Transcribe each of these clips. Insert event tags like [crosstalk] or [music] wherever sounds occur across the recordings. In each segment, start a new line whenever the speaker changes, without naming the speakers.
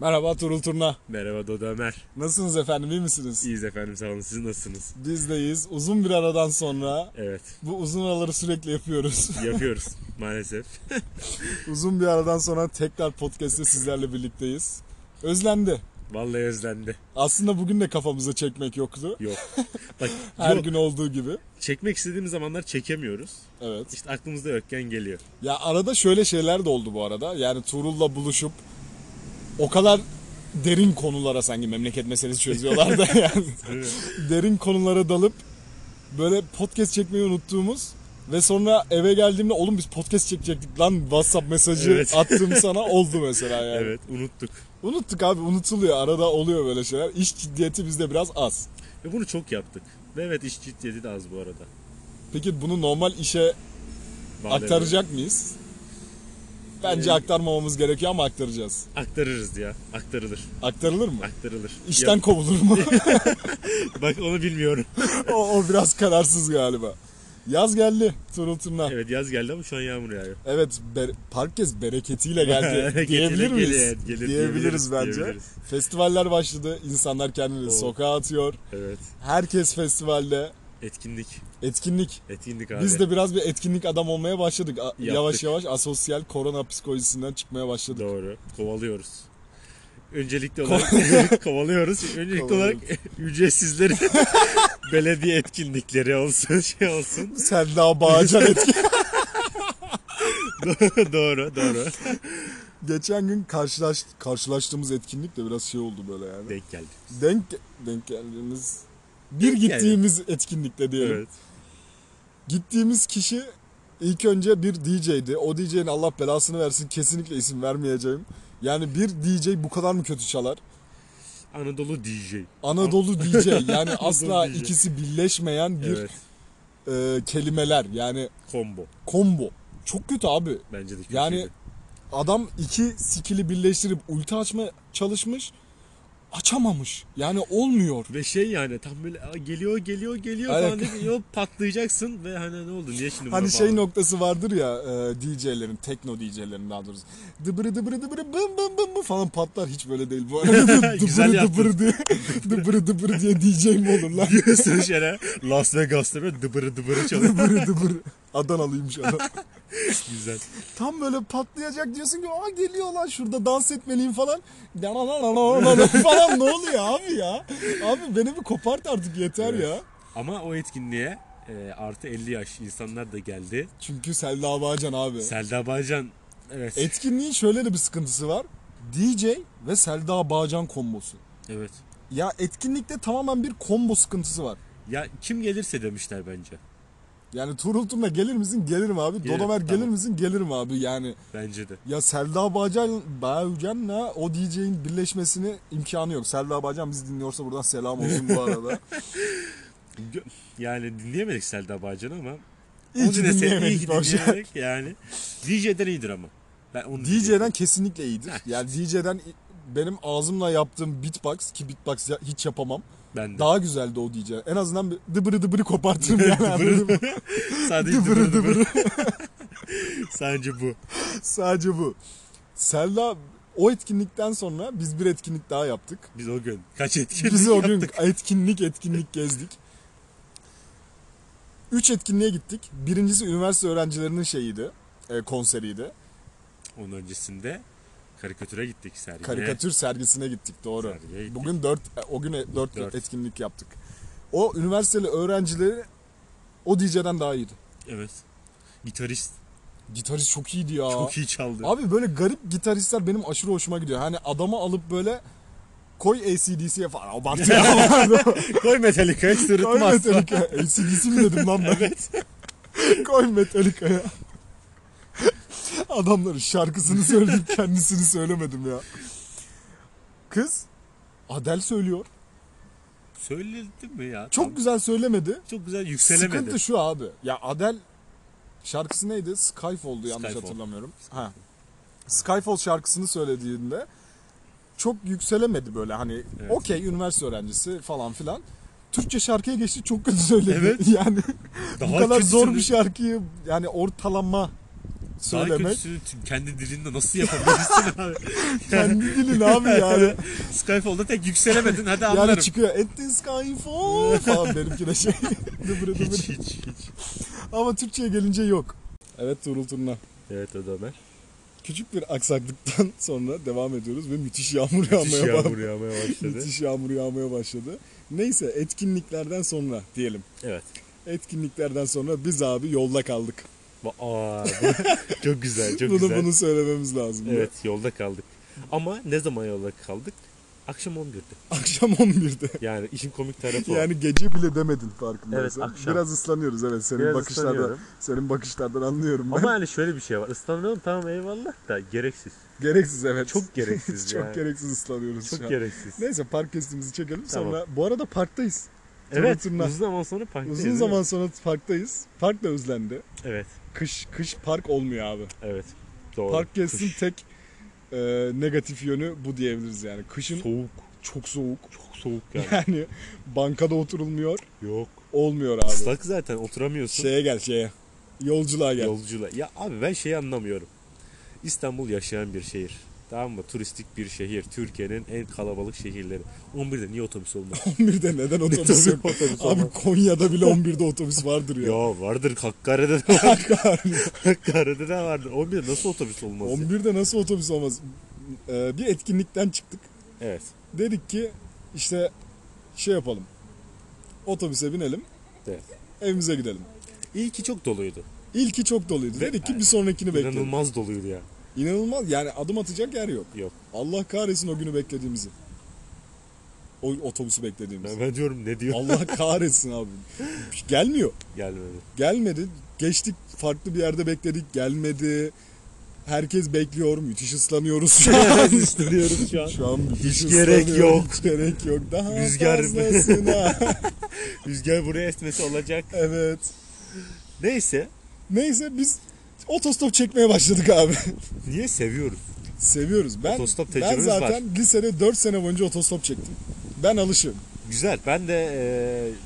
Merhaba Turul Turna.
Merhaba Dodo Ömer.
Nasılsınız efendim iyi misiniz?
İyiyiz efendim sağ olun. Siz nasılsınız?
Bizdeyiz. Uzun bir aradan sonra
Evet.
bu uzun araları sürekli yapıyoruz. [laughs]
Yapıyoruz maalesef.
uzun bir aradan sonra tekrar podcast'te sizlerle birlikteyiz. Özlendi.
Vallahi özlendi.
Aslında bugün de kafamıza çekmek yoktu. [laughs]
Yok. Bak
Her
yok.
gün olduğu gibi.
Çekmek istediğimiz zamanlar çekemiyoruz.
Evet.
İşte aklımızda yokken geliyor.
Ya arada şöyle şeyler de oldu bu arada. Yani Turul'la buluşup o kadar derin konulara sanki memleket meselesi çözüyorlar da
[laughs]
yani. derin konulara dalıp böyle podcast çekmeyi unuttuğumuz ve sonra eve geldiğimde oğlum biz podcast çekecektik lan WhatsApp mesajı
Evet. [laughs]
attım sana oldu mesela yani.
Evet unuttuk.
Unuttuk abi unutuluyor arada oluyor böyle şeyler. İş ciddiyeti bizde biraz az.
Ve bunu çok yaptık. Ve evet iş ciddiyeti de az bu arada.
Peki bunu normal işe
Vallahi
aktaracak mıyız? Bence
Ee,
aktarmamamız gerekiyor ama aktaracağız.
Aktarırız ya. Aktarılır.
Aktarılır mı?
Aktarılır.
İşten [laughs]
Ya,
kovulur mu?
bak onu bilmiyorum. [laughs]
o, o biraz kararsız galiba. Yaz geldi Turul Turna. Evet,
evet yaz geldi ama şu an yağmur yağıyor.
be- park gez bereketiyle geldi
Bereketiyle
diyebilir miyiz?
gelir, gelir,
diyebiliriz
diyebiliriz,
bence.
diyebiliriz.
Festivaller başladı. İnsanlar kendini
Oo.
sokağa atıyor.
Evet.
Herkes festivalde.
Etkinlik.
Etkinlik.
Etkinlik abi.
Biz de biraz bir etkinlik adam olmaya başladık. A- Yavaş
Yaptık.
yavaş asosyal korona psikolojisinden çıkmaya başladık.
Doğru. Kovalıyoruz. Öncelikli olarak [laughs] kovalıyoruz. Öncelikli olarak [laughs]
Kovalıyoruz.
ücretsizleri [laughs] belediye etkinlikleri olsun şey olsun. [laughs]
Sen daha bağcan etki.
doğru doğru.
Geçen gün karşılaş, karşılaştığımız etkinlik de biraz şey oldu böyle yani.
Denk geldi.
denk denk geldiğimiz bir
Denk geldi.
gittiğimiz etkinlikte diyelim.
Evet.
Gittiğimiz kişi ilk önce bir DJ'di. O DJ'nin Allah belasını versin kesinlikle isim vermeyeceğim. Yani bir DJ bu kadar mı kötü çalar?
Anadolu DJ.
Anadolu DJ
[laughs]
yani asla
DJ.
ikisi birleşmeyen bir
Evet.
e, kelimeler yani
Combo.
combo. Çok kötü abi.
Bence de kötüydü.
Yani adam iki skill'i birleştirip ulti açma çalışmış. Açamamış. Yani olmuyor.
ve şey yani tam böyle "Aa, geliyor geliyor geliyor
Aynen.
falan deyip yo patlayacaksın ve hani ne oldu niye şimdi
Hani
buna
şey
[laughs] bağladın?"
noktası vardır ya e, DJ'lerin, tekno DJ'lerin daha doğrusu. Dıbırı dıbırı dıbırı bım bım bım bım falan patlar hiç böyle değil bu arada.
Güzel
dıbırı
yaptın.
dıbırı diye, dıbırı dıbırı diye DJ mi olur lan?
Diyorsun şöyle Las Vegas'ta böyle dıbırı dıbırı çalıyor.
dıbırı dıbırı. Adanalıymış adam.
Güzel.
Tam böyle patlayacak diyorsun ki aa geliyor lan şurada dans etmeliyim falan. Yanananananana falan ne oluyor abi ya? Abi beni bir kopart artık yeter
Evet.
ya.
Ama o etkinliğe e, artı 50 yaş insanlar da geldi.
Çünkü Selda Bağcan abi.
Selda Bağcan evet.
Etkinliğin şöyle de bir sıkıntısı var. DJ ve Selda Bağcan kombosu.
Evet.
Ya etkinlikte tamamen bir combo sıkıntısı var.
Ya kim gelirse demişler bence.
Yani Turultum'la gelir misin? Gelirim abi.
Gelirim,
Dodomer gelir
tamam.
misin? Gelirim abi. Yani
Bence de.
ya Selda Bağcan, Bağcan'la o DJ'in birleşmesini imkanı yok. Selda Bağcan bizi dinliyorsa buradan selam olsun bu [laughs] arada.
Gö- Yani dinleyemedik Selda Bağcan'ı ama
İyi
onu
ki
dinlese-
dinleyemedik.
iyi ki
boş ver.
dinleyemedik yani. DJ'den iyidir ama. Ben onu diyeceğim.
DJ'den kesinlikle iyidir. Yani DJ'den benim ağzımla yaptığım beatbox ki beatbox ya- hiç yapamam.
Ben de.
Daha güzeldi o DJ. En azından bir dıbırı dıbırı kopartırım yani. anladın mı?
Sadece dıbırı dıbırı. [laughs] Sadece bu.
Sadece bu. Selda o etkinlikten sonra biz bir etkinlik daha yaptık.
Biz o gün kaç etkinlik
Biz o gün
yaptık.
etkinlik etkinlik gezdik. Üç etkinliğe gittik. Birincisi üniversite öğrencilerinin şeyiydi. e, konseriydi.
Onun öncesinde karikatüre gittik sergiye.
Karikatür sergisine gittik doğru.
Sergiye gittik.
Bugün dört, e, o gün e- dört,
Dört.
etkinlik yaptık. O üniversiteli öğrencileri o DJ'den daha iyiydi.
Evet. Gitarist
Gitarist çok iyiydi ya.
çok iyi çaldı.
Abi böyle garip gitaristler benim aşırı hoşuma gidiyor. Hani adamı alıp böyle koy ACDC'ye falan abartıyor.
[laughs] Koy Metallica'ya
koy
sırıtmaz.
Metallica.
[laughs]
ACDC mi dedim lan ben?
Evet.
[laughs] Koy Metallica'ya. Adamların şarkısını
[laughs]
söyledim kendisini söylemedim ya. Kız Adel söylüyor.
Söyledim mi ya?
Çok güzel söylemedi.
çok güzel yükselemedi.
Sıkıntı şu abi. Ya Adel şarkısı neydi? Skyfall'du yanlış
Skyfall.
hatırlamıyorum. Ha. Skyfall şarkısını söylediğinde çok yükselemedi böyle hani
Evet.
okey üniversite öğrencisi falan filan. Türkçe şarkıya geçti çok kötü söyledi.
Evet.
[laughs] Yani
Daha
bu kadar
kötüsünü-
zor bir şarkıyı yani ortalama
Daha
söylemek.
kötüsünü t- kendi dilinde
[laughs]
nasıl yapabilirsin abi?
Kendi dilin
[laughs]
abi yani.
Skyfall'da tek yükselemedin hadi anlarım.
Yani çıkıyor at the
[laughs]
skyfall falan benimki de şey. [laughs] dıbırı dıbırı.
hiç hiç hiç.
Ama Türkçe'ye gelince yok. Evet Tuğrul Turna.
Evet o da Ömer.
Küçük bir aksaklıktan [laughs] sonra devam ediyoruz ve müthiş yağmur
Müthiş
yağmaya başladı. [laughs]
yağmur yağmaya başladı.
Müthiş yağmur yağmaya başladı. Neyse etkinliklerden sonra diyelim.
evet.
Etkinliklerden sonra biz abi yolda kaldık.
Ba- Aa,
[laughs]
bu- çok güzel çok
bunu
güzel.
bunu söylememiz lazım.
Evet yolda kaldık. Ama ne zaman yolda kaldık? Akşam 11'de.
Akşam 11'de.
Yani işin komik tarafı o.
Yani gece bile demedin farkındaysan.
Evet, akşam.
Biraz ıslanıyoruz evet senin
Biraz
bakışlardan.
ıslanıyorum.
Senin bakışlardan anlıyorum ben.
Ama hani şöyle bir şey var. Islanıyorum tamam eyvallah da gereksiz.
[laughs] Gereksiz evet.
Çok gereksiz
[laughs] Çok
yani.
gereksiz ıslanıyoruz şu
Çok
an.
gereksiz.
Neyse park kestimizi çekelim
Tamam.
sonra. Bu arada parktayız.
Evet
Tırnak.
uzun zaman sonra parktayız.
Uzun
değil mi?
zaman sonra parktayız. Park da özlendi.
Evet
Kış kış park olmuyor abi.
evet. Doğru.
Park gezsin
Kış,
tek e, negatif yönü bu diyebiliriz yani. Kışın
Soğuk.
çok soğuk.
Çok soğuk yani.
[laughs] Yani bankada oturulmuyor.
Yok.
Olmuyor abi.
Islak zaten oturamıyorsun.
Şeye gel şeye. Yolculuğa gel.
Yolcular. Ya abi ben şeyi anlamıyorum. İstanbul yaşayan bir şehir. Tamam mı? Turistik bir şehir. Türkiye'nin en kalabalık şehirleri. 11'de niye otobüs [laughs] olmaz?
11'de neden otobüs
Tabii
yok?
otobüs olmaz.
Abi Konya'da bile 11'de otobüs vardır
[laughs]
ya.
Ya vardır Hakkari'de de vardır. [laughs] Hakkari'de de vardır. 11'de nasıl otobüs olmaz? ya?
11'de nasıl otobüs olmaz? E, bir etkinlikten çıktık.
Evet.
Dedik ki işte şey yapalım. Otobüse binelim.
Evet.
Evimize gidelim.
İyi ki çok doluydu.
İlki çok doluydu.
Ve-
Dedik ki bir sonrakini bekleyelim.
İnanılmaz doluydu ya.
İnanılmaz yani adım atacak yer yok.
Yok.
Allah kahretsin o günü beklediğimizi. O otobüsü beklediğimizi.
Ben, ben diyorum ne diyor?
Allah kahretsin abi. Gelmiyor.
[laughs] Gelmedi.
Gelmedi. Geçtik farklı bir yerde bekledik. Gelmedi. Herkes bekliyor. Müthiş ıslanıyoruz şu
[laughs]
an. [laughs]
Islanıyoruz [laughs] şu an.
Şu an müthiş
Hiç gerek
ıslanıyoruz.
yok.
Hiç gerek yok. Daha
Rüzgar- [laughs]
fazlasına.
Rüzgar buraya esmesi olacak.
evet.
Neyse.
Neyse biz otostop çekmeye başladık abi.
Niye seviyorum?
Seviyoruz. Ben
Otostop
ben
tecrübemiz
zaten lisede 4 sene boyunca otostop çektim. Ben alışım.
Güzel. Ben de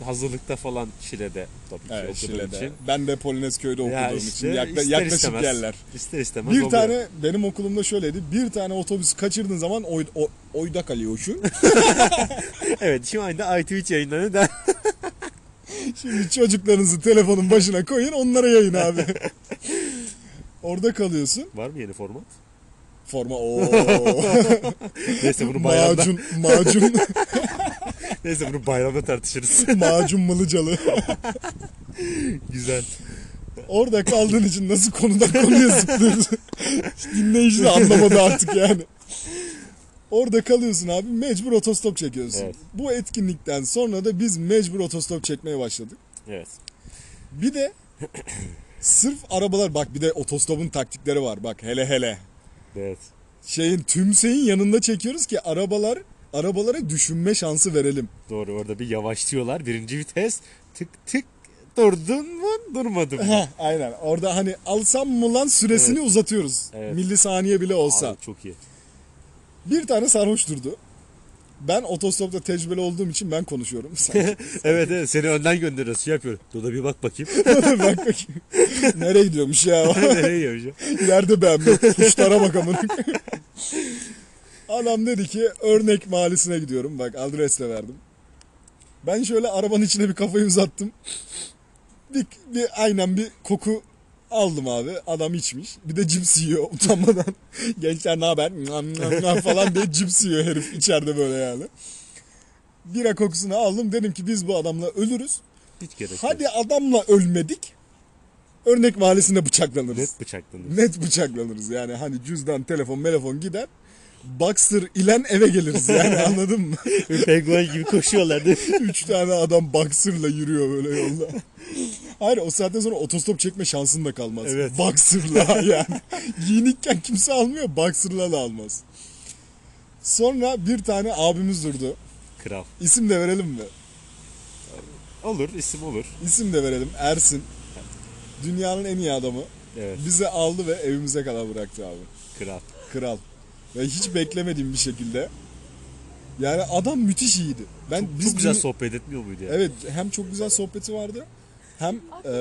e, hazırlıkta falan Şile'de tabii ki
Evet,
okuduğum
Şile'de.
için.
Ben de Polinezköy'de okuduğum
Ya
için
işte
yakla-
ister
yaklaşık
istemez,
yerler.
İster istemez
Bir
oluyor.
tane benim okulumda şöyleydi. Bir tane otobüs kaçırdığın zaman oy, o, oyda kalıyor şu.
Evet şu anda iTwitch yayınlarını da
Şimdi çocuklarınızı telefonun başına koyun onlara yayın abi. Orada kalıyorsun.
[laughs] Var mı yeni format?
Forma o
Neyse [laughs] bunu bayramda,
macun macun [laughs]
neyse bunu bayramda [laughs] tartışırız.
macun mılıcalı.
Güzel.
Orada kaldığın için nasıl konudan konuya zıplıyorsun? [laughs] Dinleyici de anlamadı artık yani. Orada kalıyorsun abi mecbur otostop çekiyorsun.
Evet.
Bu etkinlikten sonra da biz mecbur otostop çekmeye başladık.
Evet.
Bir de sırf arabalar bak bir de otostopun taktikleri var bak hele hele.
Evet.
Şeyin tümseyin yanında çekiyoruz ki arabalar arabalara düşünme şansı verelim.
Doğru orada bir yavaşlıyorlar. Birinci vites tık tık durdun mu durmadın mı?
Heh, aynen orada hani alsam mı lan süresini uzatıyoruz.
Evet.
Milli saniye bile olsa.
Abi, çok iyi.
Bir tane sarhoş durdu. Ben otostopta tecrübeli olduğum için ben konuşuyorum. [laughs] Sen
evet evet seni önden gönderiyoruz. Şey yapıyorum. Doda bir bak [laughs] bakayım.
bak bakayım. Nereye gidiyormuş ya?
Nereye yapacağım?
Yerde beğenmiyor. Kuşlara bak amına. Adam dedi ki örnek mahallesine gidiyorum. Bak adresle verdim. Ben şöyle arabanın içine bir kafayı uzattım. Bir, bir aynen bir koku aldım abi. Adam içmiş. Bir de cips yiyor utanmadan. [laughs] Gençler ne haber Nam, nam, nam falan diye cips yiyor herif içeride böyle yani. Bira kokusunu aldım. Dedim ki biz bu adamla ölürüz.
Hiç gerek yok.
Hadi adamla ölmedik. Örnek mahallesinde bıçaklanırız
Net bıçaklanır.
net bıçaklanırız yani hani cüzdan telefon telefon gider Boxer ilen eve geliriz
[laughs]
yani anladın mı?
[laughs]
[laughs]
Penguen gibi koşuyorlar değil mi?
Üç tane adam Boxer'la yürüyor böyle yolda. Hayır o saatten sonra otostop çekme şansın da kalmaz.
Evet. [laughs]
Boxer'la yani. Giyinikken kimse almıyor Boxer'la da almaz. Sonra bir tane abimiz durdu.
Kral.
İsim de verelim mi?
Olur isim olur.
İsim de verelim Ersin. Dünyanın en iyi adamı.
Evet
Bizi aldı ve evimize kadar bıraktı abi.
kral.
Kral. Ve hiç beklemediğim bir şekilde. Yani adam müthiş iyiydi. Ben
Çok,
biz
çok güzel
bunu-
sohbet etmiyor muydu ya?
Evet, hem çok güzel sohbeti vardı. Hem eee,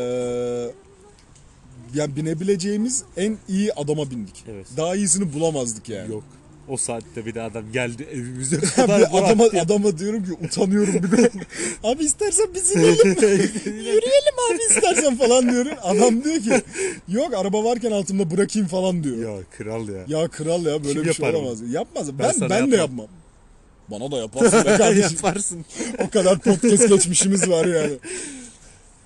yani binebileceğimiz en iyi adama bindik.
Evet.
Daha iyisini bulamazdık yani.
Yok. O saatte bir de adam geldi [laughs] evimize
Ya
kadar
bir
bıraktı.
adama, adama diyorum ki utanıyorum bir de. [laughs] abi istersen biz
[laughs]
inelim. Yürüyelim abi istersen falan diyorum. Adam diyor ki yok araba varken altımda bırakayım falan diyor. Ya,
Ya kral ya.
kral ya böyle
Kim
bir şey
yapar bunu?
olamaz. Yapmaz. Ben
Ben
ben,
sana
de
yapmam.
yapmam. Bana da yaparsın
[laughs]
be kardeşim.
Yaparsın.
o kadar podcast geçmişimiz var yani.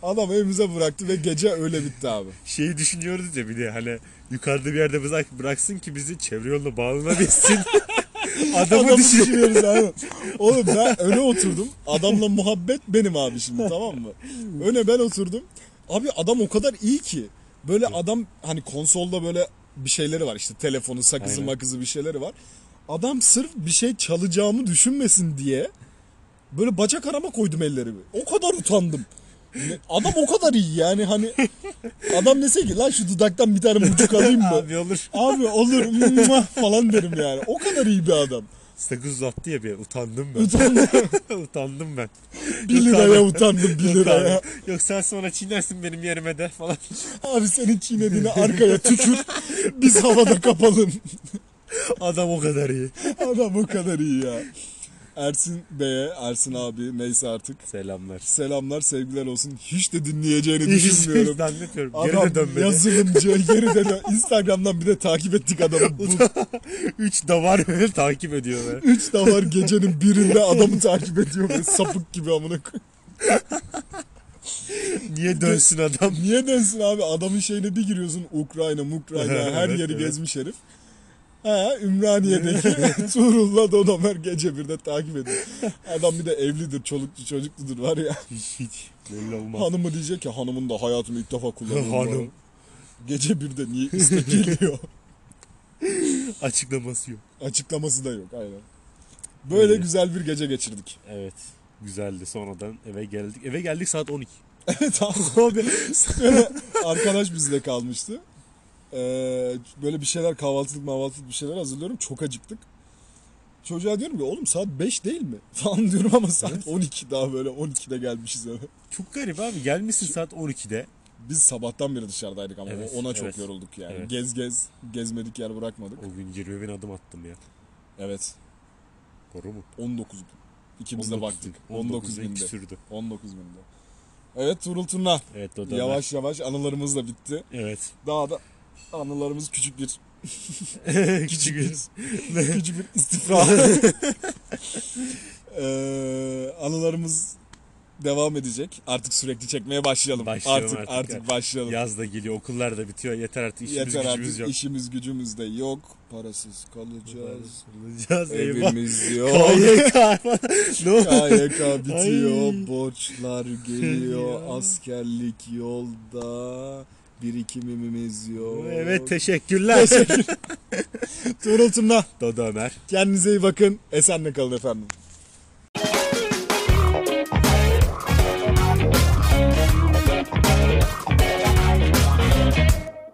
Adam evimize bıraktı ve gece öyle bitti abi.
Şeyi düşünüyoruz ya bir de hani yukarıda bir yerde bırak, bıraksın ki bizi çevre yoluna [laughs] bağlanabilsin. Adamı
Adamı
düşün.
düşünüyoruz abi. [laughs] Oğlum ben öne oturdum. Adamla muhabbet benim abi şimdi tamam mı? Öne ben oturdum. Abi adam o kadar iyi ki. Böyle adam hani konsolda böyle bir şeyleri var işte telefonu sakızı
Aynen.
makızı bir şeyleri var. Adam sırf bir şey çalacağımı düşünmesin diye böyle bacak arama koydum ellerimi. O kadar utandım. Ne- Adam o kadar iyi yani hani adam dese ki lan şu dudaktan bir tane buçuk alayım mı?
[laughs] Abi olur.
Abi olur mwah falan derim yani. O kadar iyi bir adam.
Sakız uzattı ya bir utandım ben.
Utandım.
[laughs] utandım ben.
1 liraya utandım 1 liraya.
Yok sen sonra çiğnersin benim yerime de falan.
Abi senin çiğnediğini arkaya tükür. Biz havada kapalım.
[laughs] Adam o kadar iyi.
Adam o kadar iyi ya. Ersin Bey'e, Ersin abi neyse artık.
Selamlar.
Selamlar sevgiler olsun. Hiç de dinleyeceğini
şey
düşünmüyorum.
Zannetmiyorum. Geri de
Adam
dönmedi.
yazılımcı geri de dön- Instagram'dan bir de takip ettik adamı. Bu
[laughs] Üç davar [laughs] böyle takip ediyorlar.
üç davar gecenin birinde [laughs] adamı takip ediyor böyle sapık gibi amına koyayım.
Niye dönsün adam?
[laughs] Niye dönsün abi adamın şeyine bir giriyorsun Ukrayna, Mukrayna her
[laughs] Evet,
yeri
evet.
gezmiş herif. Ha
[laughs]
Ümraniye'deki Tuğrul'la Dodomer gece birde takip ediyor. Adam bir de evlidir, çoluklu çocukludur var ya.
Hiç hiç. Belli olmaz.
Hanımı diyecek ki hanımın da hayatımı ilk defa kullanıyorum.
Hanım.
Gece birde niye istek geliyor.
[laughs] Açıklaması yok.
Açıklaması da yok aynen. Böyle
Öyle.
güzel bir gece geçirdik.
Evet. Güzeldi. Sonradan eve geldik. Eve geldik saat 12.
[laughs] Evet abi.
Abi.
Böyle arkadaş bizde kalmıştı. Ee, böyle bir şeyler kahvaltılık mahvaltılık bir şeyler hazırlıyorum. Çok acıktık. Çocuğa diyorum ki oğlum saat 5 değil mi? [laughs] Falan diyorum ama saat 12 daha böyle 12'de gelmişiz eve.
Çok garip abi. Gelmişsin saat 12'de.
Biz sabahtan beri dışarıdaydık ama
Evet,
ona çok
evet.
yorulduk yani.
Evet.
Gez gez, gezmedik yer bırakmadık.
O gün 20 bin adım attım ya.
Evet,
Doğru mu?
19 bin. İkimiz de
19
baktık.
bin.
19
bin
binde.
küsürdü.
19 binde. Evet Turul Turna.
Evet o dönem.
Yavaş yavaş anılarımız da bitti.
Evet.
Daha da anılarımız küçük bir
[laughs] Küçük bir.
[laughs] Gücü bir
[laughs]
istifra. Ee, anılarımız devam edecek. Artık sürekli çekmeye başlayalım.
Başlayalım
artık,
artık.
artık başlayalım.
Yaz da geliyor. Okullar da bitiyor. Yeter artık işimiz
Yeter
gücümüz
artık
yok.
işimiz gücümüz de yok. Parasız kalacağız.
Bulacağız. Eyvah. [laughs]
Evimiz yok.
KYK falan. [laughs] Ne oldu?
KYK bitiyor.
Ay.
Borçlar geliyor.
[laughs] Ya.
Askerlik yolda. Birikimimiz yok.
Evet teşekkürler.
[laughs] Tuğrul Tuna,
Dodo Ömer.
Kendinize iyi bakın. Esenle kalın efendim.